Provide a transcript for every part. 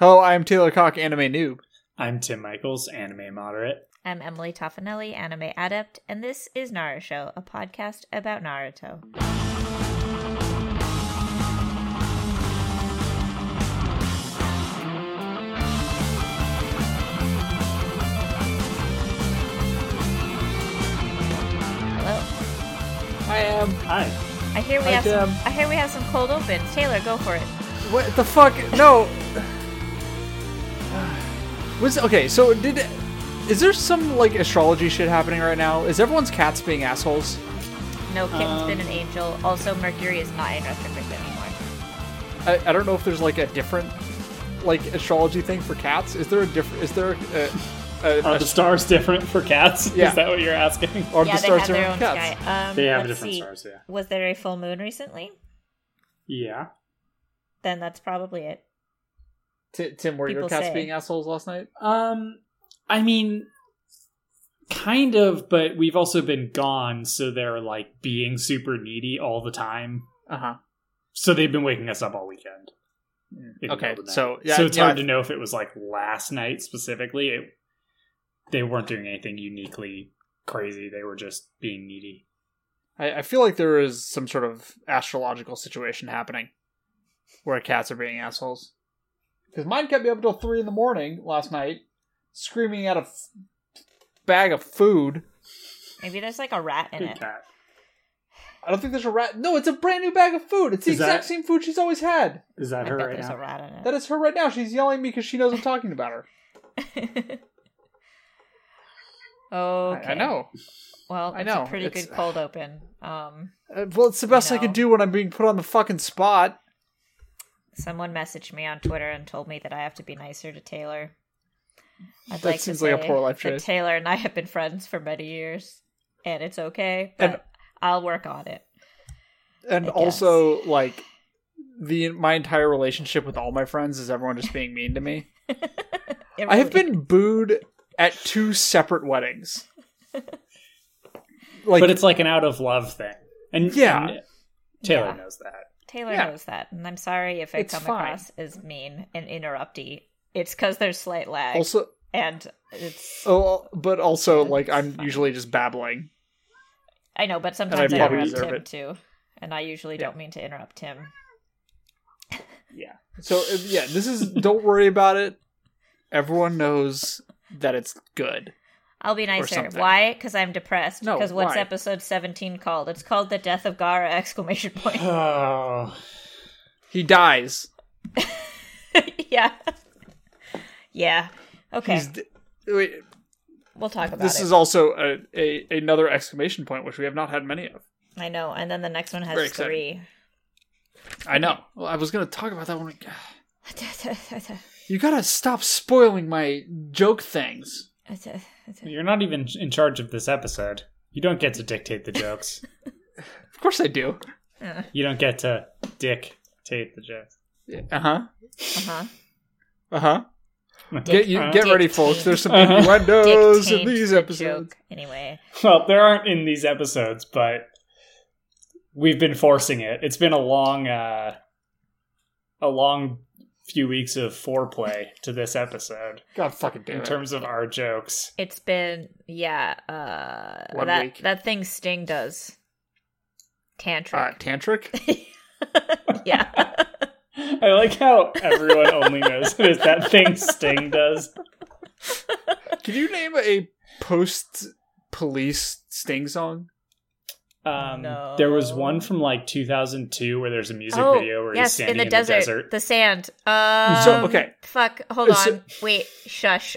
Hello, I am Taylor Cock, anime noob. I'm Tim Michaels, anime moderate. I'm Emily Toffanelli, anime adept, and this is Naruto Show, a podcast about Naruto. Hello. I am. Hi. I hear we Hi, have some, Tim. I hear we have some cold opens. Taylor, go for it. What the fuck? No. Was okay. So did is there some like astrology shit happening right now? Is everyone's cats being assholes? No, Kitten's been Um, an angel. Also, Mercury is not in retrograde anymore. I, I don't know if there's like a different like astrology thing for cats. Is there a different? Is there uh, a, a, a, Are the stars different for cats? Yeah. Is that what you're asking? or yeah, the they stars have their different own for cats? sky. Um, They have let's different see. stars, yeah. Was there a full moon recently? Yeah. Then that's probably it. Ti- Tim, were your People cats say. being assholes last night? Um, I mean, kind of, but we've also been gone, so they're like being super needy all the time. Uh huh. So they've been waking us up all weekend. in the Okay, middle of the night. so, yeah, so it's yeah, hard I- to know if it was like last night specifically. It, they weren't doing anything uniquely crazy. They were just being needy. I, I feel like there is some sort of astrological situation happening where cats are being assholes. Because mine kept me up until three in the morning last night, screaming at a f- bag of food. Maybe there's like a rat in Good it. cat. I don't think there's a rat. No, it's a brand new bag of food. It's the Is that- exact same food she's always had. Is I that her bet right there's now? a rat in it. That is her right now. She's yelling because she knows I'm talking about her. I- okay. I, know. Well, I it's know. a pretty It's- good cold open. Um, Uh, well, it's the best I, know. can do when I'm being put on the fucking spot. someone messaged me on Twitter and told me that I have to be nicer to Taylor. I'd That like seems to like say a poor life that choice. Taylor and I have been friends for many years, and it's okay. But And- I'll work on it. and I guess. also like the my entire relationship with all my friends is everyone just being mean to me. It I have really- been booed at two separate weddings. Like but it's like an out of love thing. And Yeah. and Taylor Yeah. knows that. Taylor Yeah. knows that, and I'm sorry if I It's come fine. across as mean and interrupty. It's because there's slight lag, also and it's oh, but also Yeah, like I'm it's fine. usually just babbling. I know, but sometimes I, probably interrupt deserve him it. too, and I usually don't mean to interrupt him. Yeah. So uh, yeah, this is don't worry about it. Everyone knows that it's good. I'll be nicer. something. Why? Because I'm depressed. No, Because what's why? episode seventeen called? It's called the death of Gara! Exclamation point. Oh. He dies. yeah, yeah. Okay, He's d- wait, we'll talk about this it. is also a, a another exclamation point which we have not had many of. I know. And then the next one Very has exciting. three. I know. Well, I was going to talk about that when we You gotta stop spoiling my joke things. Uh-huh. You're not even in charge of this episode. You don't get to dictate the jokes. Of course I do. you don't get to dictate the jokes. Uh huh. Uh huh. Uh huh. Get Dick- you uh, get ready, Dictate. folks. There's some Uh-huh. innuendos in Dictate these the episodes. joke. Anyway, Well, there aren't in these episodes, but we've been forcing it. It's been a long, uh, a long few weeks of foreplay to this episode God fucking damn in it. terms of our jokes. it's been yeah. Uh, One that week. that thing Sting does. Uh, Tantric. tantric. yeah. I like how everyone only knows it is that thing Sting does. Can you name a post police sting song? Um, No. There was one from like 2002 where there's a music oh, video where yes, he's standing in the desert, the sand. Um, So, okay. Fuck. Hold on. So- Wait. Shush.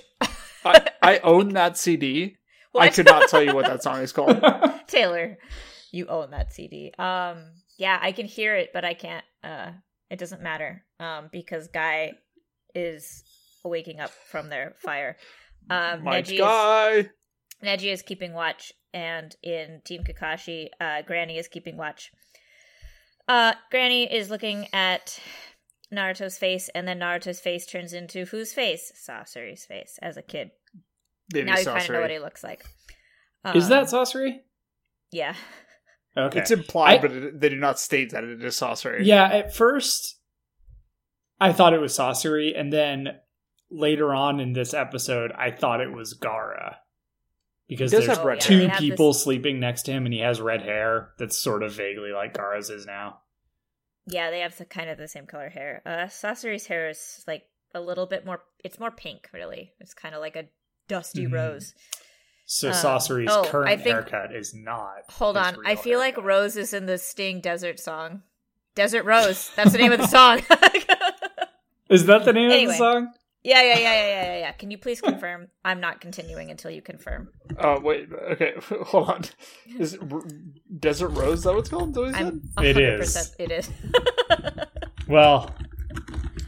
I, I own that CD. What? I could not tell you what that song is called. Taylor, you own that CD. Um, yeah, I can hear it, but I can't. Uh, it doesn't matter. Um, because Guy is waking up from their fire. Um, My Neji is, guy. Neji is keeping watch, and in Team Kakashi, uh, Granny is keeping watch. Uh, Granny is looking at Naruto's face, and then Naruto's face turns into whose face? Sasori's face as a kid. Baby now you kind of know what Saucery. he looks like. is that Um, sorcery? yeah? Okay. It's implied, I- but it, they do not state that it is sorcery. yeah, at first I thought it was Saucery, and then later on in this episode, I thought it was Gara. Because He does there's have red Oh, they two have people This, sleeping next to him, and he has red hair that's sort of vaguely like Gara's is now. yeah, they have the kind of the same color hair. Uh, Saucery's hair is like a little bit more. It's more pink, really. It's kind of like a dusty Mhm. rose. So Um, Saucery's oh, current I think- haircut is not. Hold his on, I real feel like haircut. Rose is in the Sting Desert song. Desert Rose. That's the name of the song. Is that the name Anyway. of the song? yeah, yeah, yeah, yeah, yeah, yeah, yeah. Can you please confirm? I'm not continuing until you confirm. Oh wait, okay, hold on. Is it R- Desert Rose? Is that what's called? Is that what he I'm said? 100%, It It is. Well,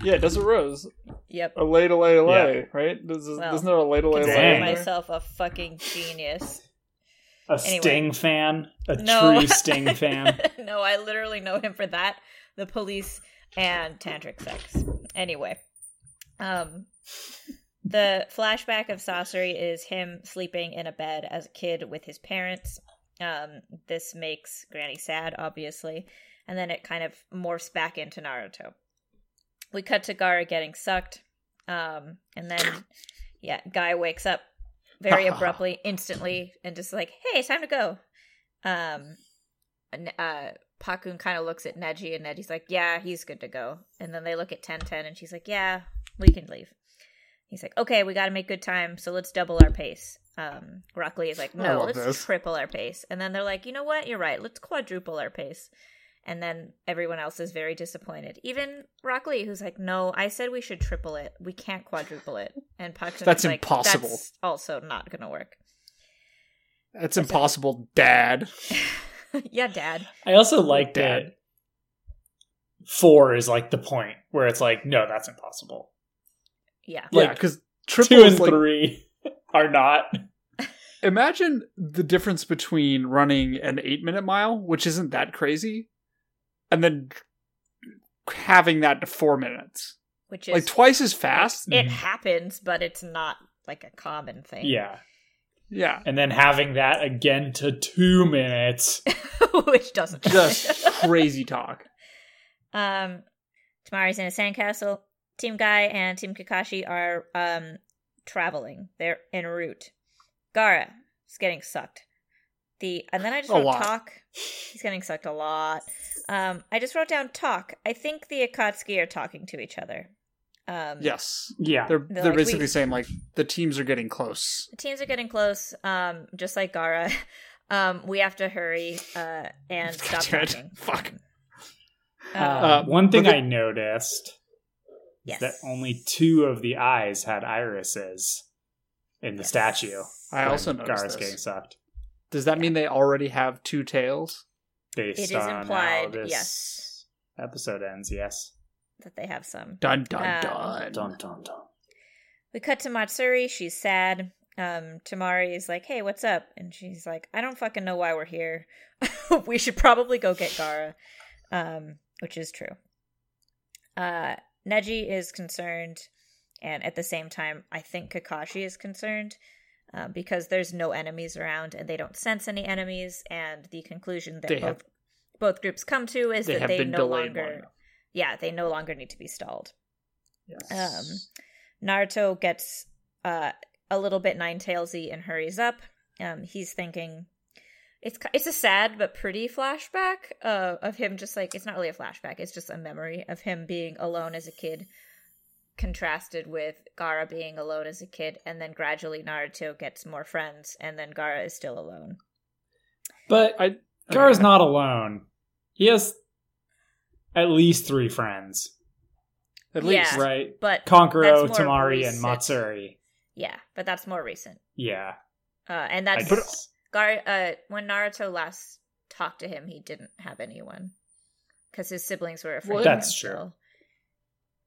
Yeah, Desert Rose. yep. A late, a late, a late, right? This is, Well, isn't there a late, a late, a Consider Dang. myself a fucking genius. a Anyway. Sting fan, a No. true Sting fan. no, I literally know him for that. The police and tantric sex. Anyway, um, the flashback of Saucery is him sleeping in a bed as a kid with his parents. Um, this makes Granny sad, obviously, and then it kind of morphs back into Naruto. We cut to Gara getting sucked, um, and then yeah, Guy wakes up very abruptly, instantly, and just like, "Hey, it's time to go." Um, and, uh, Pakun kind of looks at Neji, and Neji's like, "Yeah, he's good to go." And then they look at Ten Ten, and she's like, "Yeah, we can leave." He's like, "Okay, we got to make good time, so let's double our pace." Um, Rock Lee is like, I "No, love let's this. triple our pace." And then they're like, "You know what? You're right. Let's quadruple our pace." And then everyone else is very disappointed. Even Rock Lee, who's like, "No, I said we should triple it. We can't quadruple it." And Pakun, That's is like, impossible. That's also not gonna work. That's impossible, Dad. yeah, Dad. I also liked Dad. it. Four is like the point where it's like, no, that's impossible. Yeah. yeah, Like, because Two triple and is like. three are not. Imagine the difference between running an eight-minute mile, which isn't that crazy, and then having that to four minutes, Which is like Mm. twice as fast. it Mhm. happens, but it's not like a common thing. Yeah. Yeah, And then having that again to two minutes. Which doesn't just crazy talk. Um Tamari's in a sandcastle. Team Guy and Team Kakashi are um traveling. They're en route. Gara is getting sucked. The and then I just A wrote lot. talk. He's getting sucked a lot. Um I just wrote down talk. I think the Akatsuki are talking to each other. Um Yes, Yeah. they're They're they're, like, basically we- saying like the teams are getting close. The teams are getting close. Um, just like Gara, um, we have to hurry uh, and stop Damn it. talking. Fuck. Um, Uh, one thing but the- I noticed yes. that only two of the eyes had irises in the Yes. statue. I when also noticed Gara's this. getting sucked. Does that mean they already have two tails? Based is on how implied, this yes. episode ends, yes. that they have some. Dun dun Um, dun. Dun dun dun. We cut to Matsuri. She's sad. Um, Tamari is like, "Hey, what's up?" And she's like, "I don't fucking know why we're here. we should probably go get Gara," um, which is true. Uh, Neji is concerned, and at the same time, I think Kakashi is concerned uh, because there's no enemies around, and they don't sense any enemies. And the conclusion that They both have- both groups come to is They that have they been no delayed long longer, enough. yeah, they no longer need to be stalled. Um, Yes. Naruto gets uh, a little bit nine tailsy and hurries up. Um, he's thinking it's ki- it's a sad but pretty flashback uh, of him just like it's not really a flashback. It's just a memory of him being alone as a kid, contrasted with Gara being alone as a kid, and then gradually Naruto gets more friends, and then Gara is still alone. But I- Gara's not alone. He has at least three friends, At Yeah. least. right? But Konkuro, That's more Tamari, and recent. Matsuri. yeah, but that's more recent, Yeah. uh, and I that's guess. Gar- uh, when Naruto last talked to him, he didn't have anyone because his siblings were afraid. Well, of that's him, true. so-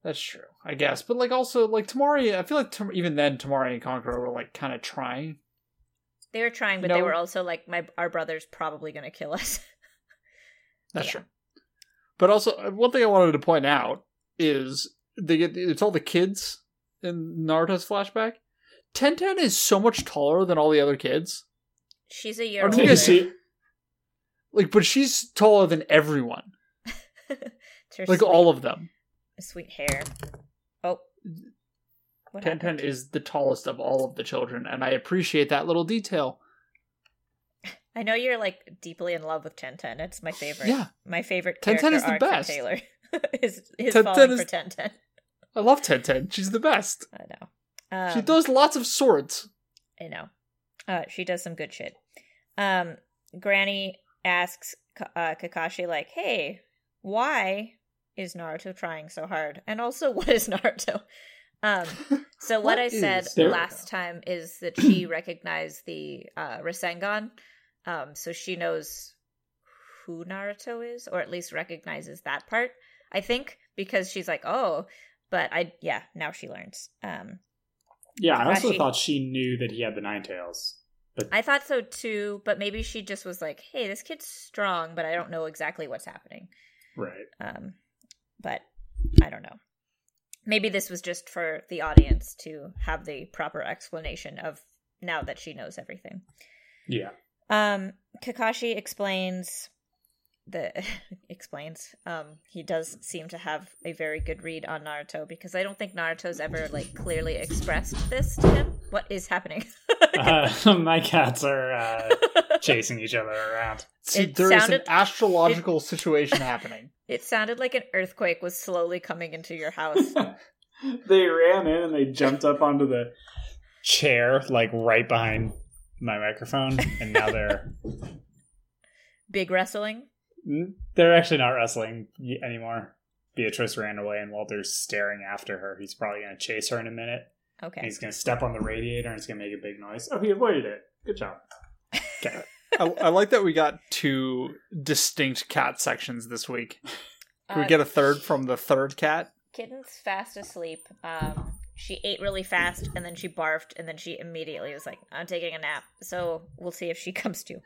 That's true, I guess. But like, also like Tamari, I feel like Tam- even then Tamari and Conqueror were like kind of trying. They were trying, but they No. were also like, "My our brother's probably gonna kill us." That's Yeah. true. But also, uh, one thing I wanted to point out is they get it's all the kids in Naruto's flashback. Ten Ten is so much taller than all the other kids. She's a year Or older. did you guys see- Like, but she's taller than everyone. It's her Like sweet- all of them. sweet hair. Oh. What Ten Ten happened? is the tallest of all of the children, and I appreciate that little detail. I know you're like deeply in love with Ten Ten. It's my favorite. Yeah. My favorite Ten character Ten is the arc from best. Taylor. his his Ten falling Ten is- for Ten Ten. I love Ten Ten. She's the best. I know. Um, she throws lots of swords. I know. Uh, she does some good shit. Um, Granny asks Ka- uh, Kakashi, like, hey, why is Naruto trying so hard? And also, what is Naruto? Um, so what, What I said is Naruto? last time is that she recognized the uh, Rasengan, um, so she knows who Naruto is, or at least recognizes that part. I think because she's like, oh, but I yeah, now she learns. Um, Yeah, I also Actually- thought she knew that he had the nine tails. I thought so too, but maybe she just was like, "Hey, this kid's strong, but I don't know exactly what's happening." Right. Um, but I don't know. Maybe this was just for the audience to have the proper explanation of now that she knows everything. Yeah. Um, Kakashi explains the explains. Um, he does seem to have a very good read on Naruto because I don't think Naruto's ever like clearly expressed this to him. What is happening? Uh, my cats are uh, chasing each other around. See, It there is sounded- an astrological situation happening. It sounded like an earthquake was slowly coming into your house. they ran in and they jumped up onto the chair, like right behind my microphone, and now they're Big wrestling. they're actually not wrestling y- anymore. Beatrice ran away, and Walter's staring after her. He's probably going to chase her in a minute. And Okay. he's going to step on the radiator, and it's going to make a big noise. Oh, he avoided it. Good job. I, I like that we got two distinct cat sections this week. Can Uh, we get a third from the third cat? Kitten's fast asleep. Um, she ate really fast and then she barfed and then she immediately was like, "I'm taking a nap." So we'll see if she comes to.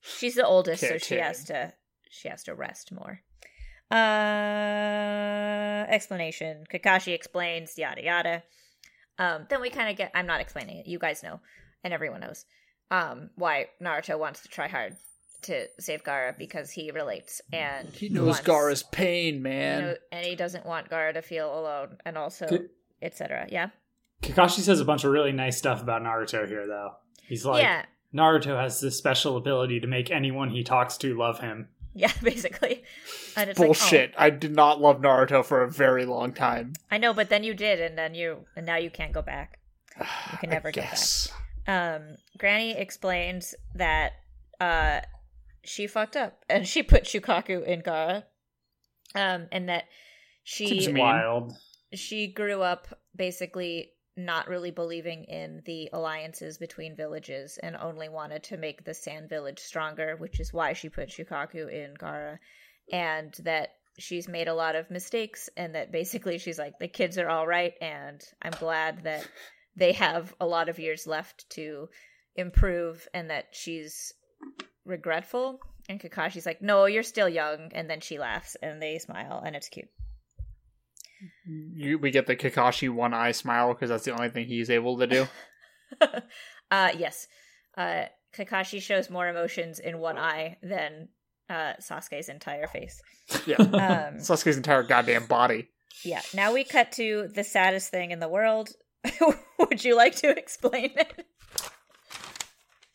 She's the oldest, so she Caretaking. has to she has to rest more. Uh, explanation. Kakashi explains yada yada. Um, then we kind of get. I'm not explaining it. You guys know, and everyone knows. Um, why Naruto wants to try hard to save Gara because he relates and He knows wants- Gara's pain, you know, man. and he doesn't want Gara to feel alone, and also Good. etc. Yeah, Kakashi says a bunch of really nice stuff about Naruto here, though. He's like, yeah, Naruto has this special ability to make anyone he talks to love him. yeah. Basically, and it's like, oh, Bullshit. I did not love Naruto for a very long time. I know, but then you did, and then you, and now you can't go back. You can never I get back. guess. Um, Granny explains that uh, she fucked up and she put Shukaku in Gara, um, and that Seems she to me- Wild. she grew up basically not really believing in the alliances between villages and only wanted to make the sand village stronger, which is why she put Shukaku in Gara. And that she's made a lot of mistakes, and that basically she's like, the kids are all right, and I'm glad that they have a lot of years left to improve, and that she's regretful. And Kakashi's like, no, you're still young. And then she laughs, and they smile, and it's cute. You, we get the Kakashi one eye smile because that's the only thing he's able to do. uh yes. Uh Kakashi shows more emotions in one eye than uh Sasuke's entire face. Yeah. Um Sasuke's entire goddamn body. yeah. Now we cut to the saddest thing in the world. Would you like to explain it?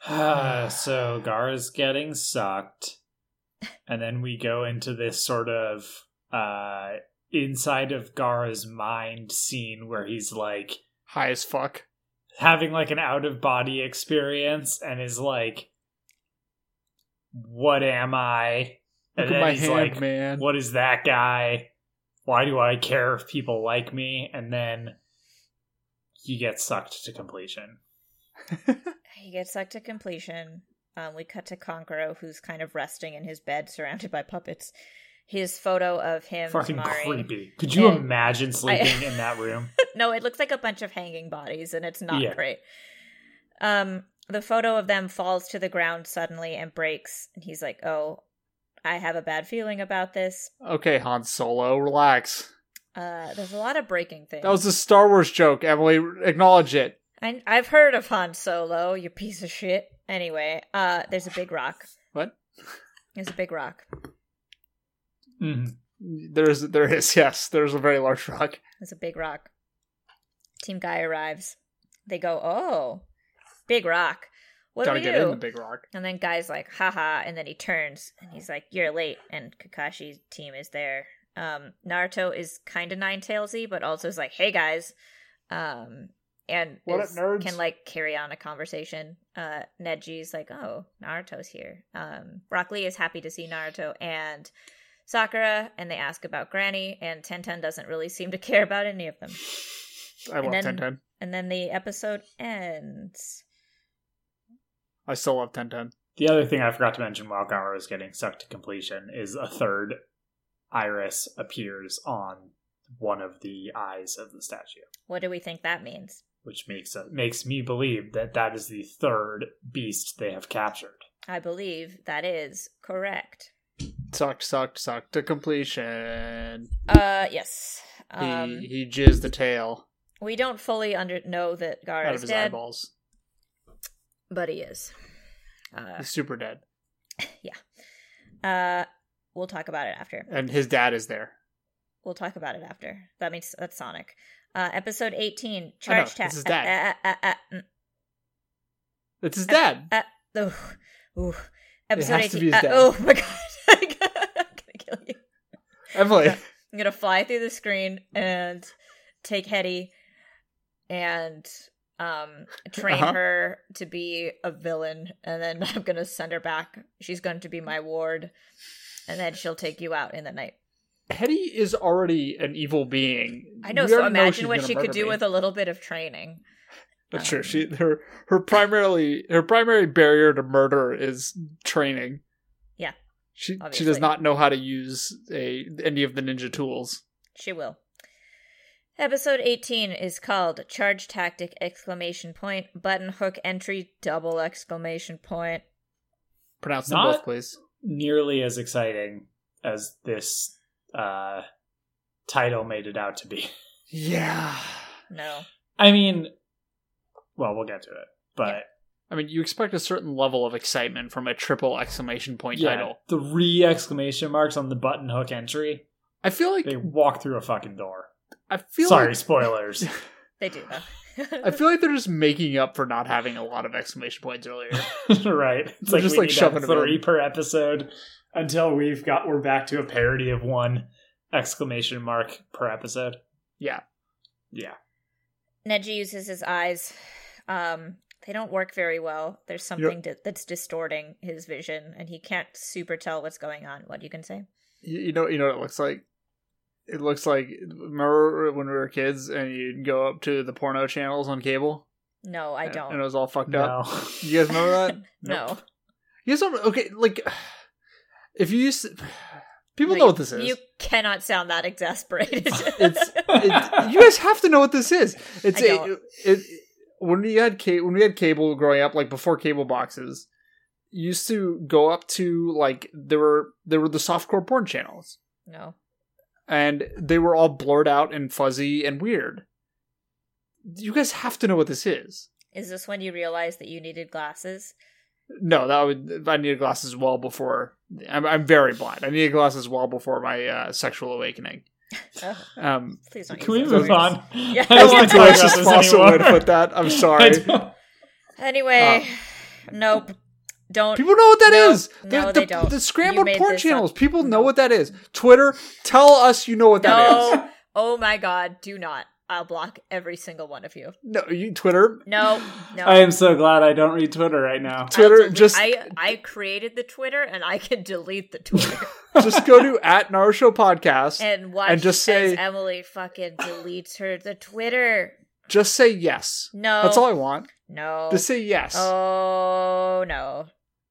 Ah, so Gara's getting sucked. And then we go into this sort of uh inside of Gara's mind scene where he's like High as fuck. having like an out of body experience and is like what am I? Look And at then my he's hand, like man. what is that guy? Why do I care if people like me? And then he gets sucked to completion. He gets sucked to completion. Um, we cut to Konkoro, who's kind of resting in his bed, surrounded by puppets. His photo of him, Fucking Mari- creepy. Could you And- imagine sleeping in that room? no, it looks like a bunch of hanging bodies, and it's not Yeah. great. Um, the photo of them falls to the ground suddenly and breaks, and he's like, "Oh, I have a bad feeling about this." Okay, Han Solo, relax. Uh, there's a lot of breaking things. That was a Star Wars joke, Emily. Acknowledge it. I, I've heard of Han Solo, you piece of shit. Anyway, uh, there's a big rock. What? There's a big rock. Mhm. There is, there is, yes, there's a very large rock. It's a big rock. Team guy arrives. They go, "Oh, big rock. What Gotta do we get do?" in the big rock. And then Guy's like, haha. And then he turns and he's like, you're late. And Kakashi's team is there. Um, Naruto is kind of nine tailsy, but also is like, hey guys. Um, and What up, is- nerds? can like carry on a conversation. Uh, Neji's like, oh, Naruto's here. Um, Rock Lee is happy to see Naruto and Sakura. And they ask about Granny. And Tenten doesn't really seem to care about any of them. I love then- Ten Ten. And then the episode ends. I still love Ten Ten. The other thing I forgot to mention while Garo is getting sucked to completion is a third iris appears on one of the eyes of the statue, What do we think that means? which makes uh, makes me believe that that is the third beast they have captured. I believe that is correct. Sucked, sucked, sucked to completion. Uh, yes. Um, he he jizzed the tail we don't fully under know that Gara out of is his dead, eyeballs. but he is. Uh, He's super dead, uh, we'll talk about it after. and his dad is there. We'll talk about it after. That means that's Sonic. Uh, episode eighteen, I know, charge tap. this is Uh, that. uh, uh, uh, mm, It's his dad. oof, oof. mm, Episode has to be his eighteen. Uh, dad. oh my god! I'm gonna kill you. Emily, I'm gonna fly through the screen and take Hetty and um train Uh-huh. her to be a villain, and then I'm gonna send her back. She's going to be my ward, and then she'll take you out in the night. Hetty is already an evil being. I know. We So already imagine she's what gonna she could murder do me. with a little bit of training. That's true. She her her primarily her primary barrier to murder is training. Yeah, She she obviously. does not know how to use a any of the ninja tools. She will. Episode 18 is called Charge Tactic exclamation point button hook entry double exclamation point. Pronounce them Not- both, please. Nearly as exciting as this uh, title made it out to be. Yeah. No. I mean, well, we'll get to it, but. Yeah. I mean, you expect a certain level of excitement from a triple exclamation point title. The re exclamation marks on the button hook entry. I feel like They walk through a fucking door. I feel Sorry, like- spoilers. They do though. I feel like they're just making up for not having a lot of exclamation points earlier. right. It's We're like just, we like, need to shoving have them three in. per episode until we've got we're back to a parody of one exclamation mark per episode. Yeah. Yeah. Neji uses his eyes. Um, they don't work very well. There's something di- that's distorting his vision, and he can't super tell what's going on. What you can say? you, you know you know what it looks like it looks like remember when we were kids and you'd go up to the porno channels on cable No, I and, and it don't. was all fucked up No. you guys remember that no, you guys don't okay like if you used to- people No, know what this is You cannot sound that exasperated. It's- It- you guys have to know what this is it's I a, don't. it when we had ca- when we had cable growing up like before cable boxes you used to go up to like there were there were the softcore porn channels no. and they were all blurred out and fuzzy and weird. You guys have to know what this is. Is this when you realize that you needed glasses? No, that would I needed glasses well before. I'm, I'm very blind. I needed glasses well before my uh, sexual awakening. Oh, Um, please don't. Can we use those move words. on? Yeah. I don't want to talk about That's this also a way to anymore. put that. I'm I sorry. don't- Anyway, Uh, nope. Don't. People know what that No, is. The- no, the, they don't. The You scrambled made porn this channels. up. People know No. what that is. Twitter, tell us you know what that is. no. Oh my God! Do not. I'll block every single one of you. No, you Twitter. No. No. I am so glad I don't read Twitter right now. Twitter, I'll delete- just- I I created the Twitter and I can delete the Twitter Just go to at Naruto Podcast. and watch And just say- as Emily fucking deletes her the Twitter. Just say yes. No, That's all I want. no. Just say yes. Oh no,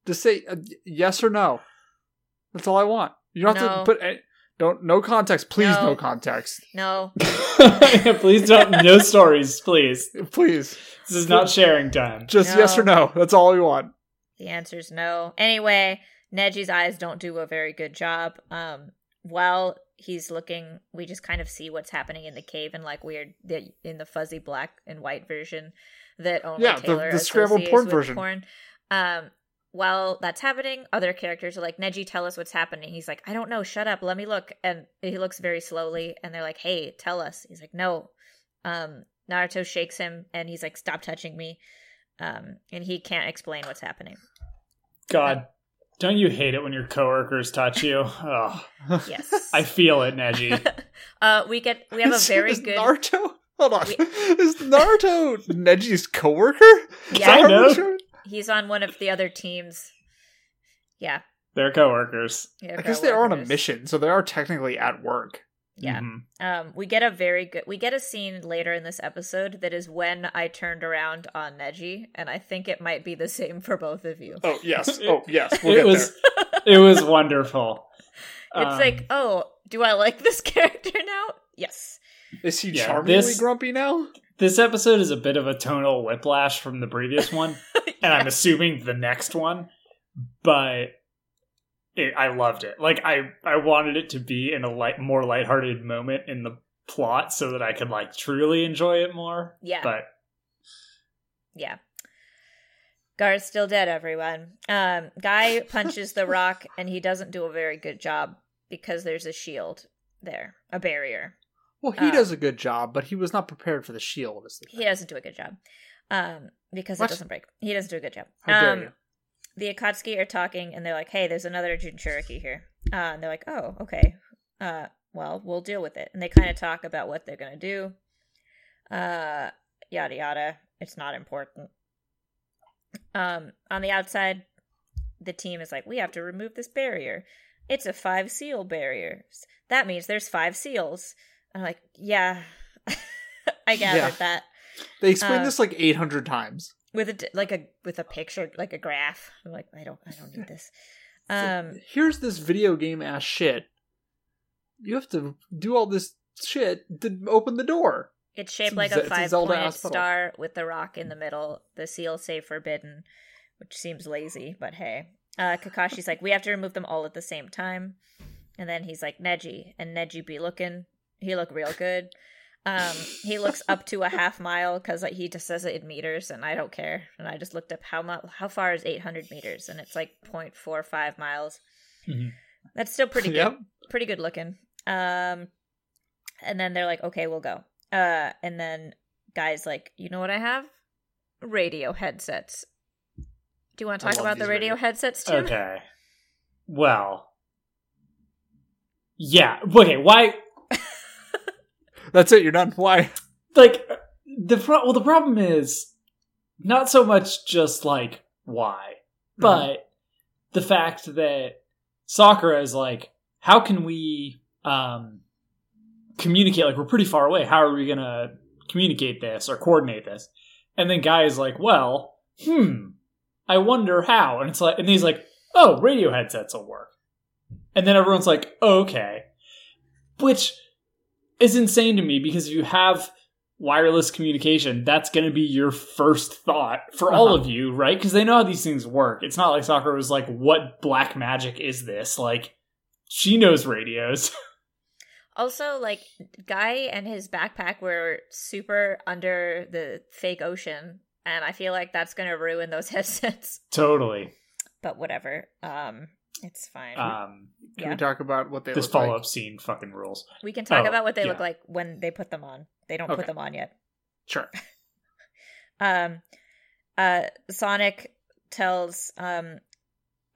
Just say uh, yes or no. That's all I want. You don't No. have to put any, don't no context. Please, No. no, context. no. Yeah, please don't. No stories, please. Please, This is not sharing time. just No. yes or no. That's all we want. The answer's no. Anyway, Neji's eyes don't do a very good job. Um, while he's looking, we just kind of see what's happening in the cave and like weird the, in the fuzzy black and white version that only Yeah, the- Taylor the scrambled porn associates with version. Porn. Um, while that's happening, other characters are like, Neji, tell us what's happening. He's like, I don't know. Shut up. Let me look. And he looks very slowly. And they're like, hey, tell us. He's like, no. Um, Naruto shakes him and he's like, stop touching me. Um, and he can't explain what's happening. God, don't you hate it when your coworkers touch you? Ugh. Yes. I feel it, Neji. uh, we get, we have a Is- very is good. Naruto. Hold on, We- is Naruto Neji's coworker? Is Yeah. that Kind how of. we should- He's on one of the other teams. Yeah. They're coworkers. yeah, I guess they are on a coworkers. mission, so they are technically at work. Yeah. Mhm. Um, we get a very good. We get a scene later in this episode that is when I turned around on Neji, and I think it might be the same for both of you. Oh yes, oh yes, we'll it get was there. it was wonderful. It's Um, like, oh, do I like this character now? Yes. Is he yeah, charmingly this- grumpy now? this episode is a bit of a tonal whiplash from the previous one, and I'm assuming the next one, but it, I loved it. Like I I wanted it to be in a light more lighthearted moment in the plot so that I could like truly enjoy it more. Yeah. But Yeah. Gar's still dead, everyone. Um, Guy punches the rock, and he doesn't do a very good job because there's a shield there, a barrier. Well, he Uh, does a good job, but he was not prepared for the shield. Is the He doesn't do a good job um, because What? it doesn't break. He doesn't do a good job. How dare um, you. The Akatsuki are talking, and they're like, "Hey, there's another Jinchuriki here," uh, and they're like, "Oh, okay. Uh, well, we'll deal with it." And they kind of talk about what they're gonna do. Uh, yada yada. It's not important. Um, on the outside, the team is like, "We have to remove this barrier. It's a five seal barrier. That means there's five seals." I'm like, "Yeah." I gathered Yeah. that They explain uh, this like eight hundred times. with a d- like a with a picture like a graph. I'm like, I don't I don't need this. Um, Here's this video game ass shit. You have to do all this shit to open the door. It's shaped It's like Ze- a it's a five Zelda pointed hospital. star with the rock in the middle. The seals say forbidden, which seems lazy, but hey. Uh, Kakashi's like, we have to remove them all at the same time. And then he's like, Neji. And Neji be looking. He look real good. Um, he looks up to a half mile because like, he just says it in meters, and I don't care. And I just looked up how much, how far is 800 meters, and it's like 0.45 miles. Mhm. That's still pretty good Mm-hmm. Yep. pretty good looking. Um, and then they're like, okay, we'll go. Uh, and then guys like, you know what I have? Radio headsets. Do you want to I talk love about the these radio, radio- headsets too? okay. Well. Yeah. Okay, why That's it. You're done. Why? like the pro- well the problem is not so much just like why but the fact that sakura is like how can we um communicate like we're pretty far away how are we gonna communicate this or coordinate this and then guy is like well hmm i wonder how and it's like and he's like oh radio headsets will work and then everyone's like okay which is insane to me because if you have wireless communication, that's going to be your first thought for all Uh-huh. of you, right? Because they know how these things work. It's not like soccer was like, what black magic is this? Like, she knows radios. Also, like Guy and his backpack were super under the fake ocean, and I feel like that's gonna ruin those headsets. totally. But whatever. Um, it's fine. Uh, Um, Can yeah, we talk about what they this look follow like? up scene fucking rules. we can talk oh, about what they look yeah. like when they put them on. They don't Okay. put them on yet. Sure. Um, uh, Sonic tells um,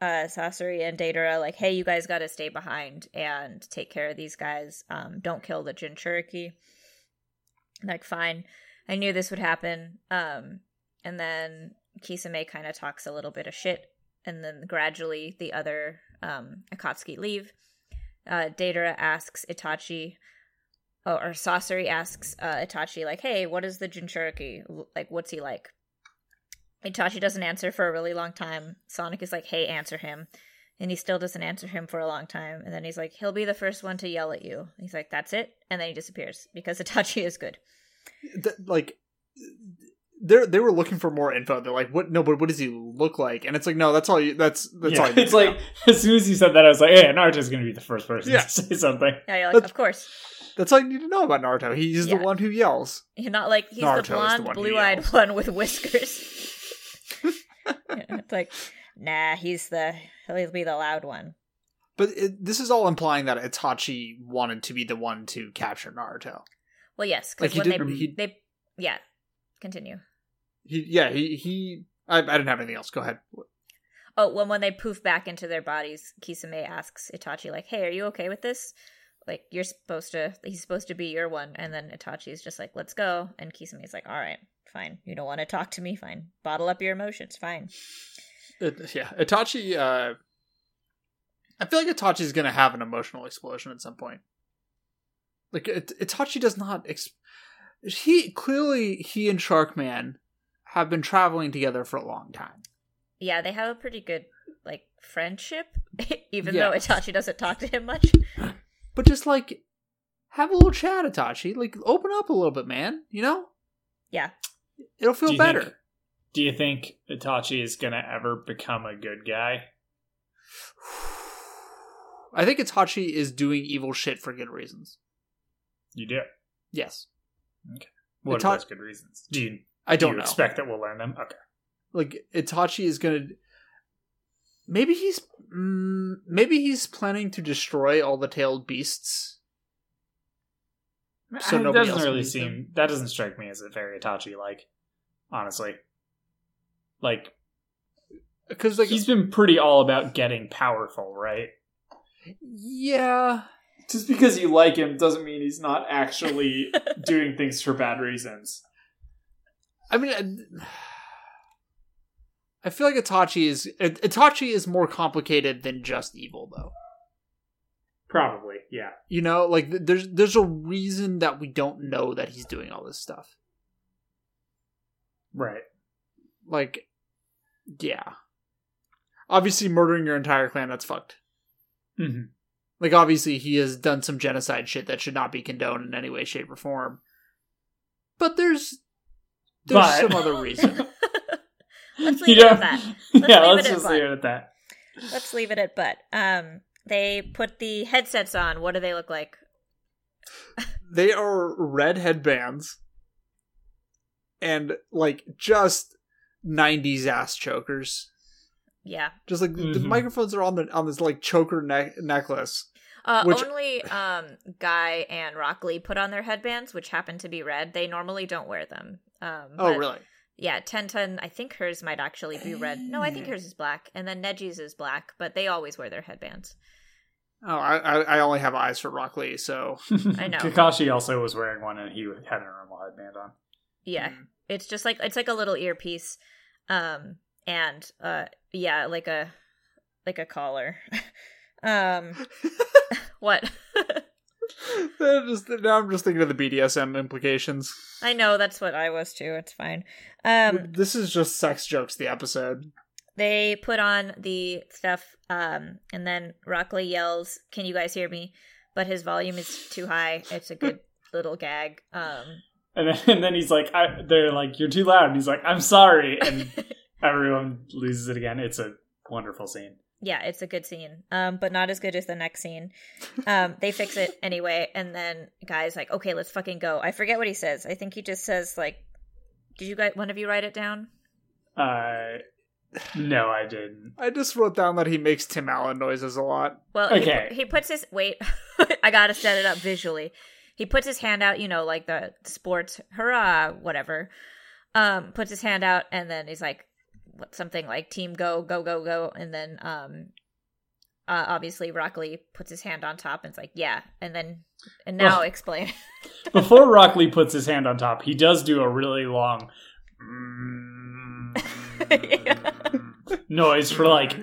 uh, Sasori and Datara like, "Hey, you guys got to stay behind and take care of these guys. Um, don't kill the Jinchuriki." Like, fine. I knew this would happen. Um, and then Kisame kind of talks a little bit of shit, and then gradually the other um, Akatsuki leave. Uh, Datara asks Itachi, oh, or Sasori asks uh, Itachi, like, "Hey, what is the Jinchuriki? L- Like, what's he like?" Itachi doesn't answer for a really long time. Sonic is like, "Hey, answer him," and he still doesn't answer him for a long time. And then he's like, "He'll be the first one to yell at you." He's like, "That's it," and then he disappears because Itachi is good. Th- like they they were looking for more info. They're like, what? No, but what does he look like? And it's like, no, that's all. You, that's that's Yeah. all. You need it's to know. like, as soon as you said that, I was like, yeah, Naruto's going to be the first person Yeah. to say something. Now you're like, That's- "Of course." that's all you need to know about Naruto. He's Yeah. the one who yells. You're not like he's Naruto the is the blonde, one who blue-eyed yells. one with whiskers. Yeah, it's like nah, he's the he'll be the loud one. But it, this is all implying that Itachi wanted to be the one to capture Naruto. Well, yes, Like, because he when didn't- they he- they yeah, continue. He, yeah, he he. I, I didn't have anything else. Go ahead. Oh, when when they poof back into their bodies, Kisame asks Itachi like, "Hey, are you okay with this?" Like you're supposed to, he's supposed to be your one, and then Itachi is just like, "Let's go," and Kisame's like, "All right, fine. You don't want to talk to me, fine. Bottle up your emotions, fine." It, yeah, Itachi. Uh, I feel like Itachi's gonna have an emotional explosion at some point. Like it, Itachi does not. Ex- he clearly he and Sharkman have been traveling together for a long time. Yeah, they have a pretty good like friendship, even Yeah. though Itachi doesn't talk to him much. But just like have a little chat, Itachi. Like open up a little bit, man. You know. Yeah. It'll feel Do you better. think- Do you think Itachi is gonna ever become a good guy? I think Itachi is doing evil shit for good reasons. You do. Yes. What Ita- are those good reasons? Do you I do don't you know. expect that we'll learn them? Okay. like Itachi is gonna. Maybe he's mm, maybe he's planning to destroy all the tailed beasts. So So that nobody doesn't else really needs them? seem that doesn't strike me as a very Itachi like, honestly. Like Because like he's been pretty all about getting powerful, right? yeah, Just because you like him doesn't mean he's not actually doing things for bad reasons. I mean, I, I feel like Itachi is It- Itachi is more complicated than just evil though. Probably, yeah. You know, like th- there's there's a reason that we don't know that he's doing all this stuff. Right. Like, yeah. Obviously, murdering your entire clan that's fucked. Mm-hmm. Like obviously he has done some genocide shit that should not be condoned in any way, shape, or form. But there's there's But- some other reason. Let's You leave it at don't- that. Let's yeah, leave let's it at just that. leave it at that. Let's leave it at but. Um, they put the headsets on. What do they look like? they are red headbands and like just nineties ass chokers. Yeah. Just like the Mhm. microphones are on the on this like choker ne- necklace. Uh, Which- only um, Guy and Rock Lee put on their headbands, which happen to be red. They normally don't wear them. Um, Oh but- really? Yeah, Tenten, I think hers might actually be red. No, I think Mm. hers is black. And then Neji's is black, but they always wear their headbands. Oh, I I I only have eyes for Rock Lee, so I know. Kakashi also was wearing one and he had a normal headband on. Yeah. Mm. It's just like it's like a little earpiece. Um and uh yeah, like a like a collar. um what? They're just now I'm just thinking of the BDSM implications. I know that's what I was too. It's fine. Um this is just sex jokes. The episode. they put on the stuff um and then Rockley yells, "Can you guys hear me?" But his volume is too high. It's a good little gag. Um And then, and then he's like, I, they're like, you're too loud. And he's like, I'm sorry. And everyone loses it again. It's a wonderful scene. yeah, it's a good scene, um, but not as good as the next scene. Um, they fix it anyway, and then guy's like, "Okay, let's fucking go." I forget what he says. I think he just says like, "Did you guys? One of you write it down?" Uh, no, I didn't. I just wrote down that he makes Tim Allen noises a lot. Well, Okay. he, he puts his wait. I gotta set it up visually. He puts his hand out, you know, like the sports hurrah, whatever. Um, puts his hand out, and then he's like, what, something like "Team Go, Go, Go, Go," and then um, uh, obviously Rockley puts his hand on top and it's like, "Yeah," and then and now Well- explain. Before Rock Lee puts his hand on top, he does do a really long noise for like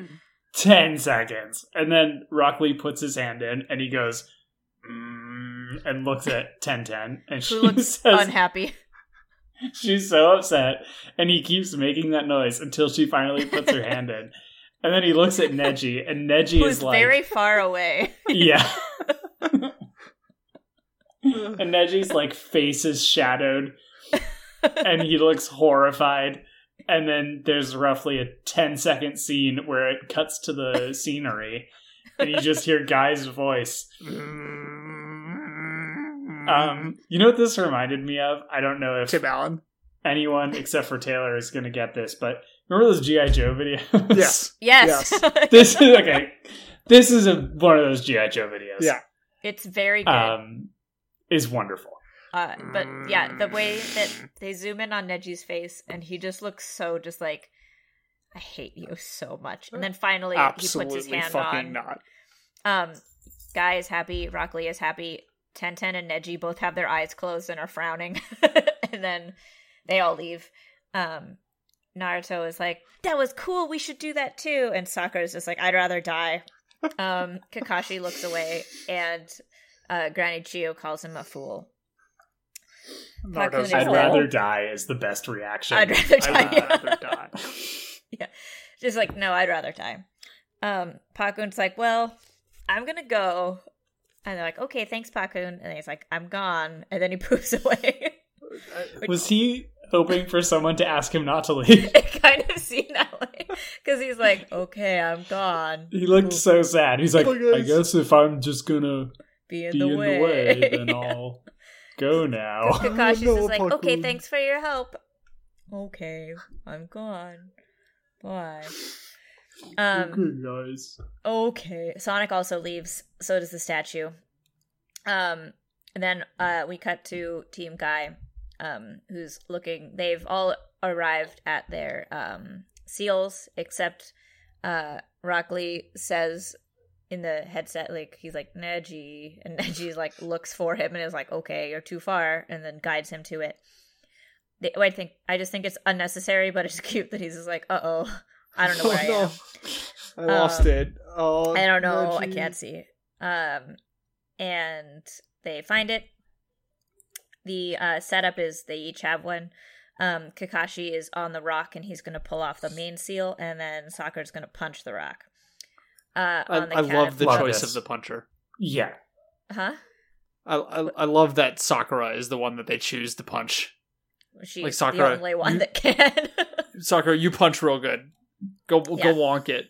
10 seconds. And then Rock Lee puts his hand in and he goes, "Mm," and looks at 1010. And she Who looks says, unhappy? She's so upset, and he keeps making that noise until she finally puts her hand in. And then he looks at Neji, and Neji Who's is like, very far away. Yeah. and Neji's like face is shadowed, and he looks horrified. And then there's roughly a 10 second scene where it cuts to the scenery, and you just hear Guy's voice. Mm-hmm. Um, you know what this reminded me of? I don't know if Tim Allen. anyone except for Taylor is going to get this, but Remember those GI Joe videos? Yes. Yes. this is okay. This is a, one of those GI Joe videos. Yeah. it's very good. Um, is wonderful. uh, but yeah, the way that Mm. they zoom in on Neji's face and he just looks so just like I hate you so much. And then finally Absolutely he puts his hand fucking on. not. Um Guy is happy, Rock Lee is happy, Ten Ten and Neji both have their eyes closed and are frowning. and then they all leave. Um Naruto is like, That was cool, we should do that too and Sakura is just like, I'd rather die. Um Kakashi looks away and uh Granny Chio calls him a fool. Naruto's I'd I'd a fool. rather die is the best reaction. I'd rather I die. would rather die. just like no i'd rather die um pakun's like well i'm gonna go and they're like okay thanks pakun and he's like i'm gone and then he poofs away Was he hoping for someone to ask him not to leave? it kind of seemed that way because he's like okay i'm gone He looked so sad. He's like, uh, Oh, yes. I guess if I'm just gonna be in, be the, in way. the way, then I'll go now. kakashi's No, just like okay Pakun. thanks for your help okay i'm gone bye um okay, guys. Okay. Sonic also leaves. So does the statue. Um, and then uh, we cut to Team Guy, um, who's looking. They've all arrived at their um, seals, except uh, Rock Lee says in the headset, like he's like Neji, and Neji like looks for him and is like, "Okay, you're too far," and then guides him to it. They, I think I just think it's unnecessary, but it's cute that he's just like, "Uh oh, I don't know where I am." I lost Um, it. Oh, I don't know. I Neji. can't see. Um, and they find it. The uh, setup is they each have one. Um, Kakashi is on the rock and he's going to pull off the main seal, and then Sakura's going to punch the rock. Uh, I, on the I count love of the Love one- choice this. of the puncher. Yeah. Huh? I, I I love that Sakura is the one that they choose to punch. She's Sakura, the only one you- that can Sakura, you punch real good. Go Yeah. go wonk it.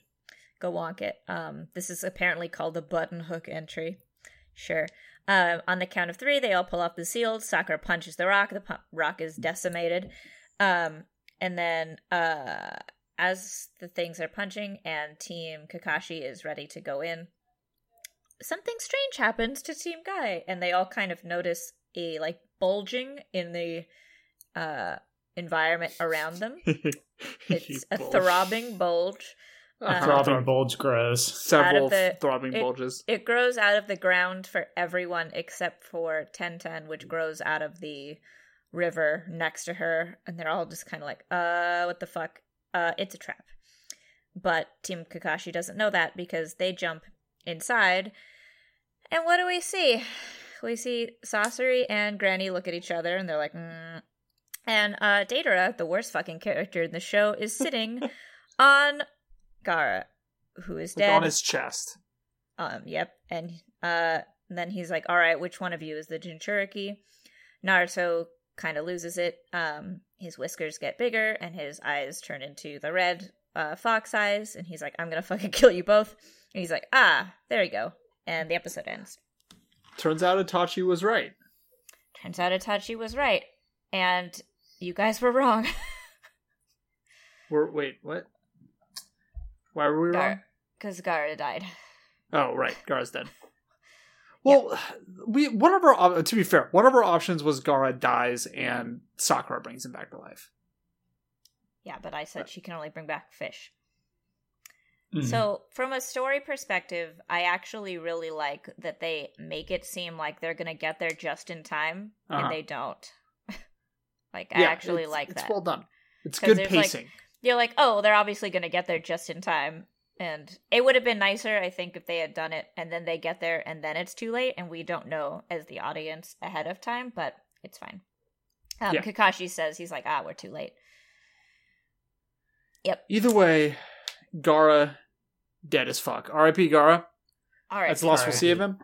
go wonk it. Um, this is apparently called the button hook entry. Sure. Um, on the count of three, they all pull off the seals. Sakura punches the rock. The pu- rock is decimated. Um, and then uh, as the things are punching and Team Kakashi is ready to go in, something strange happens to Team Guy, and they all kind of notice a like bulging in the uh, environment around them. It's a throbbing bulge. Uh, Throbbing bulge grows. Several out of the- throbbing it- bulges. It grows out of the ground for everyone except for Tenten, which grows out of the river next to her, and they're all just kind of like, "Uh, what the fuck? Uh, it's a trap." But Team Kakashi doesn't know that because they jump inside, and what do we see? We see Sasori and Granny look at each other, and they're like, mm. "And uh, Deidara, the worst fucking character in the show, is sitting on Gara." Who is Like dead? on his chest. Um, yep. And uh and then he's like, "All right, which one of you is the Jinchuriki?" Naruto kind of loses it. Um, his whiskers get bigger and his eyes turn into the red uh, fox eyes, and he's like, "I'm gonna fucking kill you both." And he's like, "Ah, there you go." And the episode ends. Turns out Itachi was right. Turns out Itachi was right, and you guys were wrong. We're, wait, what? Why were we wrong? Gar, because Gara died. Oh, right. Gara's dead. Well, we one of our op- to be fair, one of our options was Gara dies and Sakura brings him back to life. Yeah, but I said she can only bring back fish. Mm-hmm. Mhm. So, from a story perspective, I actually really like that they make it seem like they're going to get there just in time, Uh-huh. and they don't. like, I Yeah, actually it's- like It's that. well done. It's 'Cause good there's, like, pacing. You're like, oh, they're obviously going to get there just in time. And it would have been nicer, I think, if they had done it and then they get there and then it's too late, and we don't know as the audience ahead of time, but it's fine. Um, Yeah. Kakashi says, he's like, ah, we're too late. Either way, Gara dead as fuck. R.I.P. Gara. All right. That's the last Alright. we'll see of him.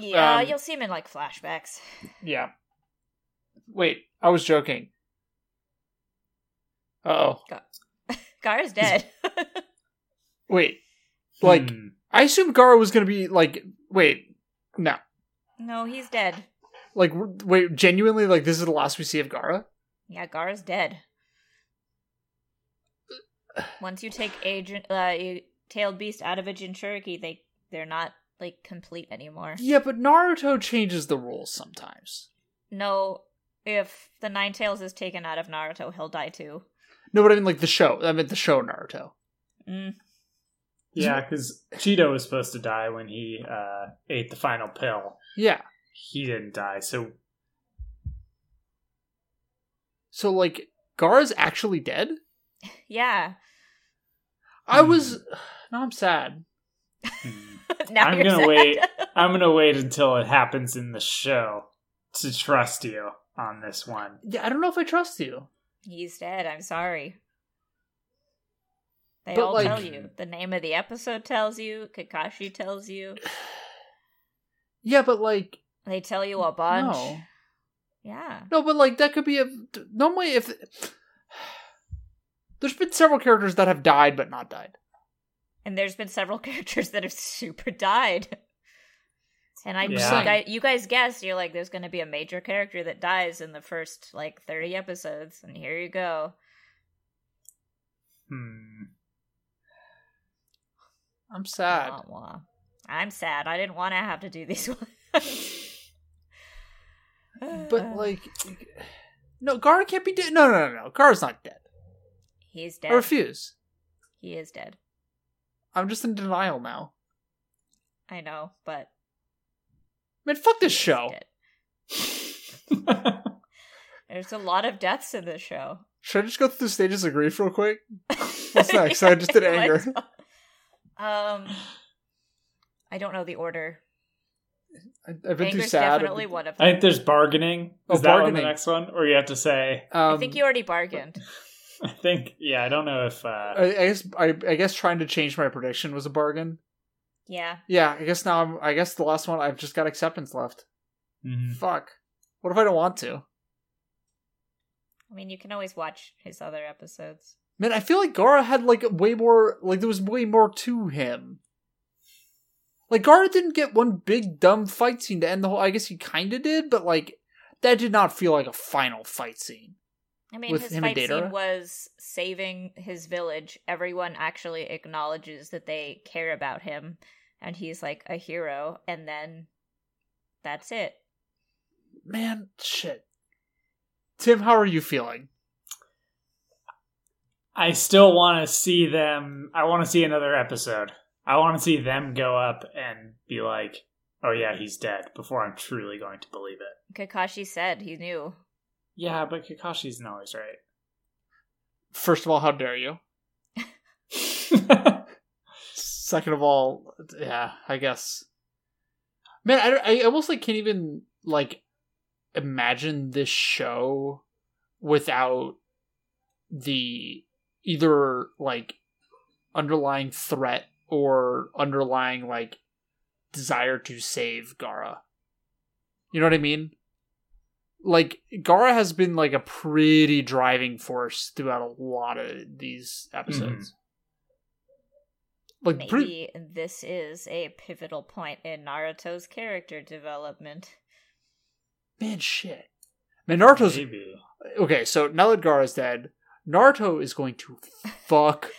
yeah, um, you'll see him in like flashbacks. Yeah. Wait, I was joking. Oh, Gara's dead. wait. Like Hmm. I assumed Gara was gonna be like. Wait, no. no, he's dead. Like wait, genuinely, like this is the last we see of Gara. Yeah, Gara's dead. Once you take agent uh, you, tailed beast out of a Jinchuriki, they they're not like complete anymore. Yeah, but Naruto changes the rules sometimes. No, if the Nine Tails is taken out of Naruto, he'll die too. No, but I mean like the show. I meant the show Naruto. Mm. Yeah, because Cheeto was supposed to die when he uh, ate the final pill. Yeah. He didn't die, so So like Gara's actually dead? Yeah. I was now I'm sad. hmm. now I'm you're gonna sad. wait. I'm gonna wait until it happens in the show to trust you on this one. Yeah, I don't know if I trust you. He's dead. I'm sorry. They But, all like- tell you. The name of the episode tells you. Kakashi tells you. Yeah, but like They tell you a bunch. No. Yeah. No, but like that could be a normally if there's been several characters that have died but not died. And there's been several characters that have super died. And I, Yeah. like, I you guys guessed, you're like, there's going to be a major character that dies in the first, like, 30 episodes. And here you go. Hmm. I'm sad. Wah, wah. I'm sad. I didn't want to have to do these ones. But like No, Gara can't be dead. No, no, no, no. Gara's not dead. he's I dead. refuse. He is dead. I'm just in denial now. I know, but Man, fuck this he is show. dead. There's a lot of deaths in this show. Should I just go through the stages of grief real quick? What's next? I just did you might anger. as well. Um, I don't know the order. I, I've been too Anger's sad. definitely one of them. I think there's bargaining. Oh, Is that one bargaining. the next one, or you have to say? Um, I think you already bargained. I think. Yeah, I don't know if. Uh, I, I guess I, I guess trying to change my prediction was a bargain. Yeah. Yeah, I guess now I'm. I guess the last one I've just got acceptance left. mhm. Fuck. What if I don't want to? I mean, you can always watch his other episodes. Man, I feel like Gara had like way more. Like there was way more to him. Like Gara didn't get one big dumb fight scene to end the whole. I guess he kind of did, but like that did not feel like a final fight scene. I mean, With his him and fight Deidara? scene was saving his village. Everyone actually acknowledges that they care about him, and he's like a hero. And then that's it. Man, shit. Tim, how are you feeling? I still want to see them. I want to see another episode. I want to see them go up and be like, "Oh yeah, he's dead." Before I'm truly going to believe it. Kakashi said he knew. Yeah, but Kakashi's not always First of all, how dare you? right. Second of all, yeah, I guess. Man, I, don't- I almost like can't even like imagine this show without the either like underlying threat or underlying like desire to save Gara. You know what I mean? Like Gara has been like a pretty driving force throughout a lot of these episodes. Like Maybe pretty, this is a pivotal point in Naruto's character development. man, shit. Man, Naruto's Maybe. okay. So now that Gaara's dead, Naruto is going to fuck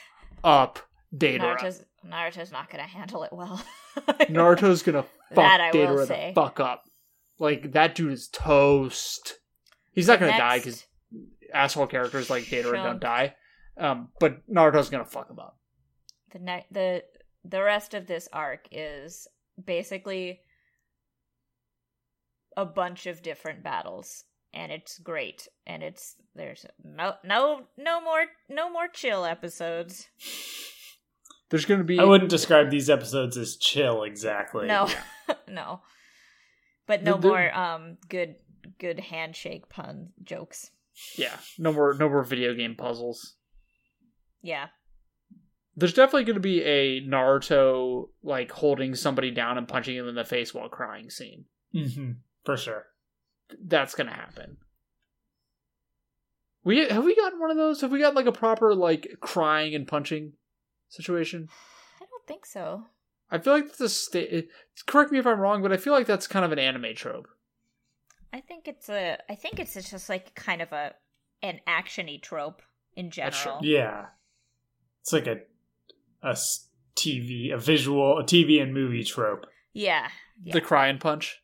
up Deidara. Naruto's Naruto's not gonna handle it well. Naruto's gonna fuck That I will Deidara the say. fuck up. Like that dude is toast. He's not gonna 'cause die because Next, asshole characters like Deidara don't Chunk. die. Um, but Naruto's gonna fuck him up. the ne- the the rest of this arc is basically a bunch of different battles, and it's great. And it's there's no no no more no more chill episodes. There's gonna be I wouldn't describe these episodes as chill exactly. No, no, but no The- the- more um good good handshake pun jokes. yeah, no more no more video game puzzles. Yeah, There's definitely gonna be a Naruto like holding somebody down and punching him in the face while crying scene. hmm For sure. that's gonna happen. We have we gotten one of those? Have we gotten like a proper like crying and punching situation? I don't think so. I feel like that's a sta- correct me if I'm wrong, but I feel like that's kind of an anime trope. I think it's a. I think it's just like kind of a an actiony trope in That's true. general. Yeah. It's like a a s- TV, a visual, a TV and movie trope. Yeah. yeah. The cry and punch.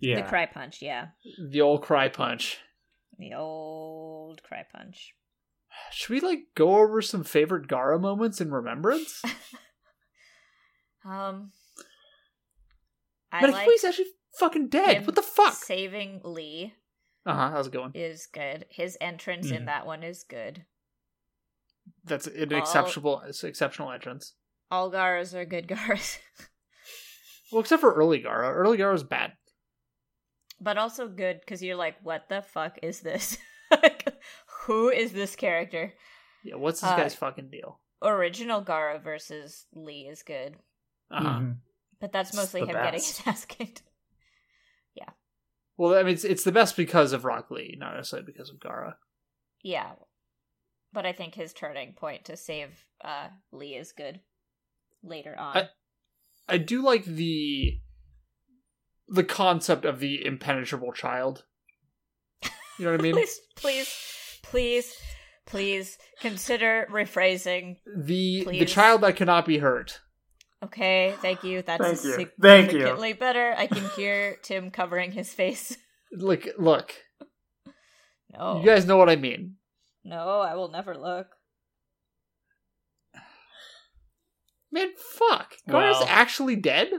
Yeah, The cry punch, yeah. The old cry punch. The old cry punch. Should we like go over some favorite Gara moments in Remembrance? Um I like Metakiwi's actually fucking dead. him What the fuck? saving Lee Uh huh. How's it going? is good. His entrance in Mhm. that one is good. That's an All- exceptional, it's an exceptional entrance. All Garas are good Garas. Well, except for early Gara. Early Gara's bad. but also good because you're like, what the fuck is this? Like, Who is this character? Yeah. What's this Uh, guy's fucking deal? Original Gara versus Lee is good, Uh mm-hmm. huh. Mhm. but that's It's mostly the him getting best. his ass kicked. Well, I mean, it's, it's the best because of Rock Lee, not necessarily because of Gara. Yeah, but I think his turning point to save uh, Lee is good later on. I- I do like the the concept of the impenetrable child. You know what I mean? please, please, please, please consider rephrasing. the the Please. child that cannot be hurt. Okay, thank you. That's Thank you. Thank you. significantly better. I can hear Tim covering his face. Like, look, No, Oh. you guys know what I mean. no, I will never look. Man, fuck. Gara's Well. actually dead.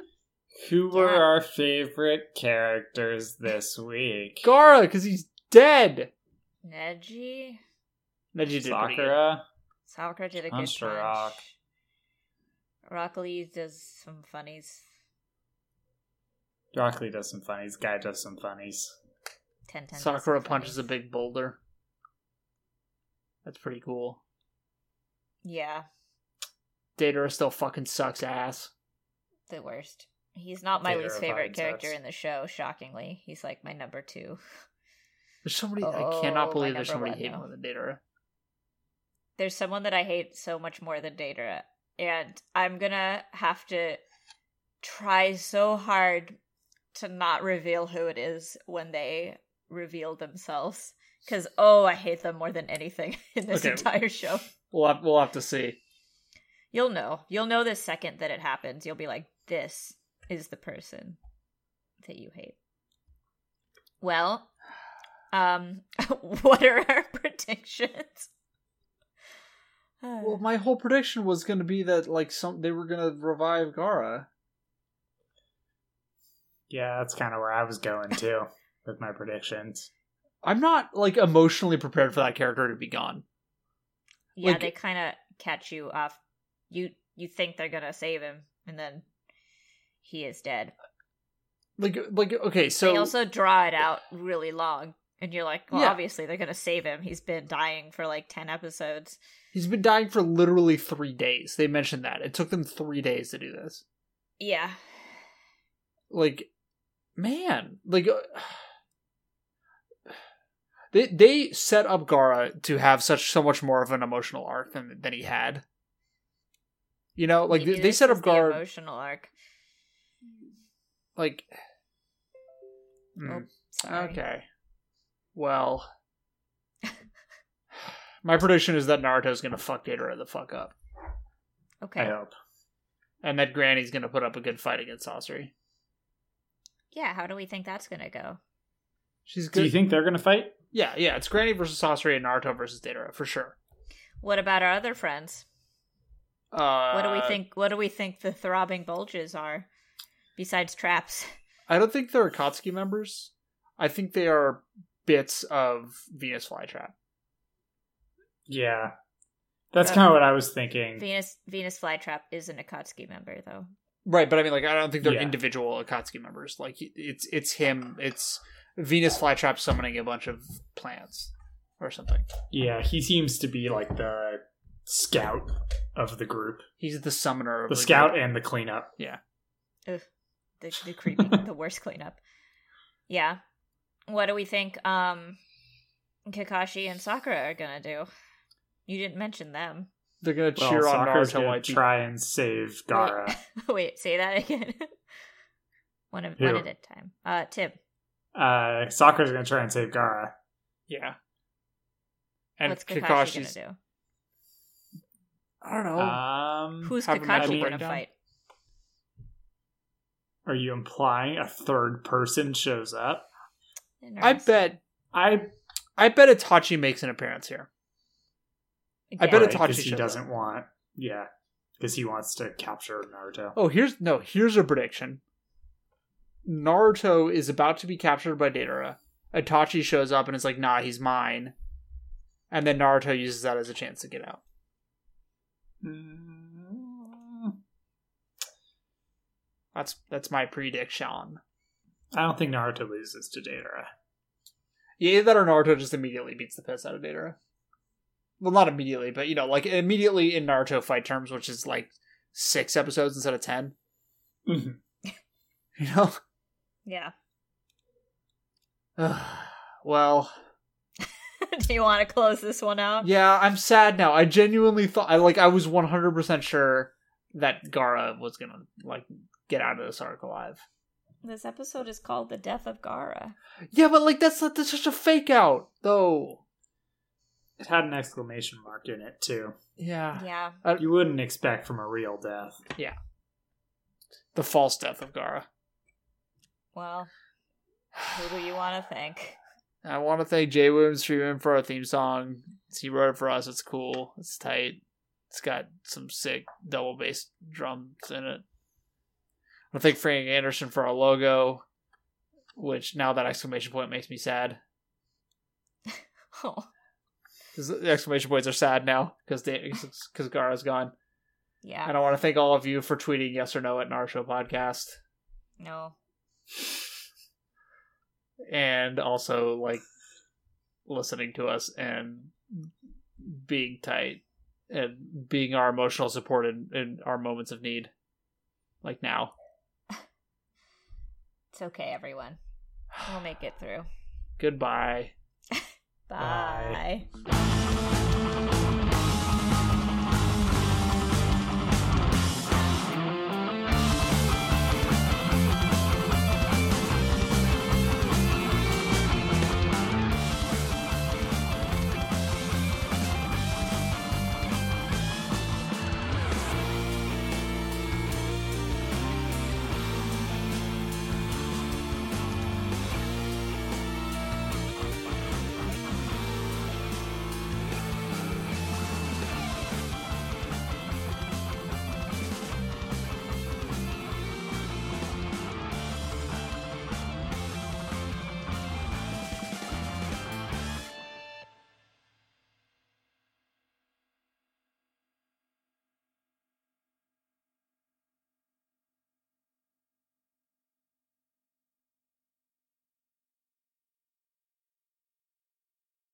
Who were were Yeah. our favorite characters this week? Gara, because he's dead. Neji, Neji did pretty good. Sakura. Sakura did a good Monster punch. Rock. Rock Lee does some funnies. Rockley does some funnies. Guy does some funnies. Ten ten. does some Sakura punches a funnies. big boulder. That's pretty cool. Yeah, Datara still fucking sucks ass. the worst. He's not my Gator least of favorite Mindsucks. character in the show. Shockingly, he's like my number two. There's somebody I Oh, cannot my believe there's number somebody one, hating though. on the Datara. There's someone that I hate so much more than Datara, and I'm gonna have to try so hard to not reveal who it is when they reveal themselves. Because oh, I hate them more than anything in this Okay. entire show. We'll have, we'll have to see. You'll know. You'll know the second that it happens. You'll be like, this is the person that you hate. Well, um, what are our predictions? Uh, Well, my whole prediction was going to be that like some they were going to revive Gara. Yeah, that's kind of where I was going too with my predictions. I'm not like emotionally prepared for that character to be gone. yeah, like- they kind of catch you off. You you think they're gonna save him, and then he is dead. Like like okay, so they also draw it out really long, and you're like, well, Yeah. obviously they're gonna save him. He's been dying for like ten episodes. he's been dying for literally 3 days. They mentioned that. It took them 3 days to do this. Yeah, like man like uh, they they set up gara to have such so much more of an emotional arc than than he had you know like Maybe they, they this set is up the gara emotional arc. like Hmm, Sorry. okay well my prediction is that naruto's gonna fuck Datara the fuck up Okay. I hope. and that granny's gonna put up a good fight against Sasori. Yeah, how do we think that's going to go? she's good Do you think they're gonna fight? yeah yeah it's granny versus Sasori and naruto versus Datara for sure What about our other friends? uh What do we think what do we think the throbbing bulges are besides traps? I don't think they're Akatsuki members. I think they are bits of Venus flytrap. Yeah, that's Uh, kind of what I was Hmm. thinking. Venus Venus flytrap is an Akatsuki member though. Right, but I mean, like, I don't think they're Yeah. individual Akatsuki members. Like, he- it's it's him. It's Venus flytrap summoning a bunch of plants or something. Yeah, he seems to be like the scout of the group, He's the summoner. Of the scout group. and the cleanup. The the creepy the worst cleanup. Yeah. What do we think um Kakashi and Sakura are going to do? You didn't mention them. They're gonna Well, cheer on Sakura's Naruto. gonna While try- try and save Gara. Wait, say that again. one of, one Who? at a time. Uh Tim. Uh, Sakura's gonna try and save Gara. yeah. And what's Kakashi's. Kakashi going to do? I don't know. Um, Who's Have a mental Kakashi gonna breakdown. fight? are you implying a third person shows up? I Nerds. bet. I I bet Itachi makes an appearance here. I Again. bet Right, it's Hachi 'cause he shows doesn't want. Yeah, because he wants to capture Naruto. Oh, here's no. Here's a prediction. Naruto is about to be captured by Deidara. Itachi shows up and is like, "Nah, he's mine," and then Naruto uses that as a chance to get out. Mm, That's that's my prediction. I don't think Naruto loses to Deidara. Yeah, either that or Naruto just immediately beats the piss out of Deidara. Well, not immediately, but you know, like immediately in Naruto fight terms, which is like six episodes instead of ten. Mhm. You know. Yeah. well, Do you want to close this one out? yeah, I'm sad now. I genuinely thought, I like, I was 100 percent sure that Gara was gonna like get out of this arc alive. This episode is called "The Death of Gara." Yeah, but like that's not that's such a fake out though. It had an exclamation mark in it too. Yeah, Yeah. You wouldn't expect from a real death. the false death of Gara. Well, who do you want to thank? I want to thank Jay Williams Streetman for our theme song. He wrote it for us. It's cool. It's tight. It's got some sick double bass drums in it. I want to thank Frank Anderson for our logo, which now that exclamation point makes me sad. Oh, 'Cause The exclamation points are sad now because because Gara's gone. yeah. And I want to thank all of you for tweeting yes or no at our show podcast, No. and also like listening to us and being tight and being our emotional support in, in our moments of need, like now. It's okay, everyone. We'll make it through. Goodbye. Bye. Bye.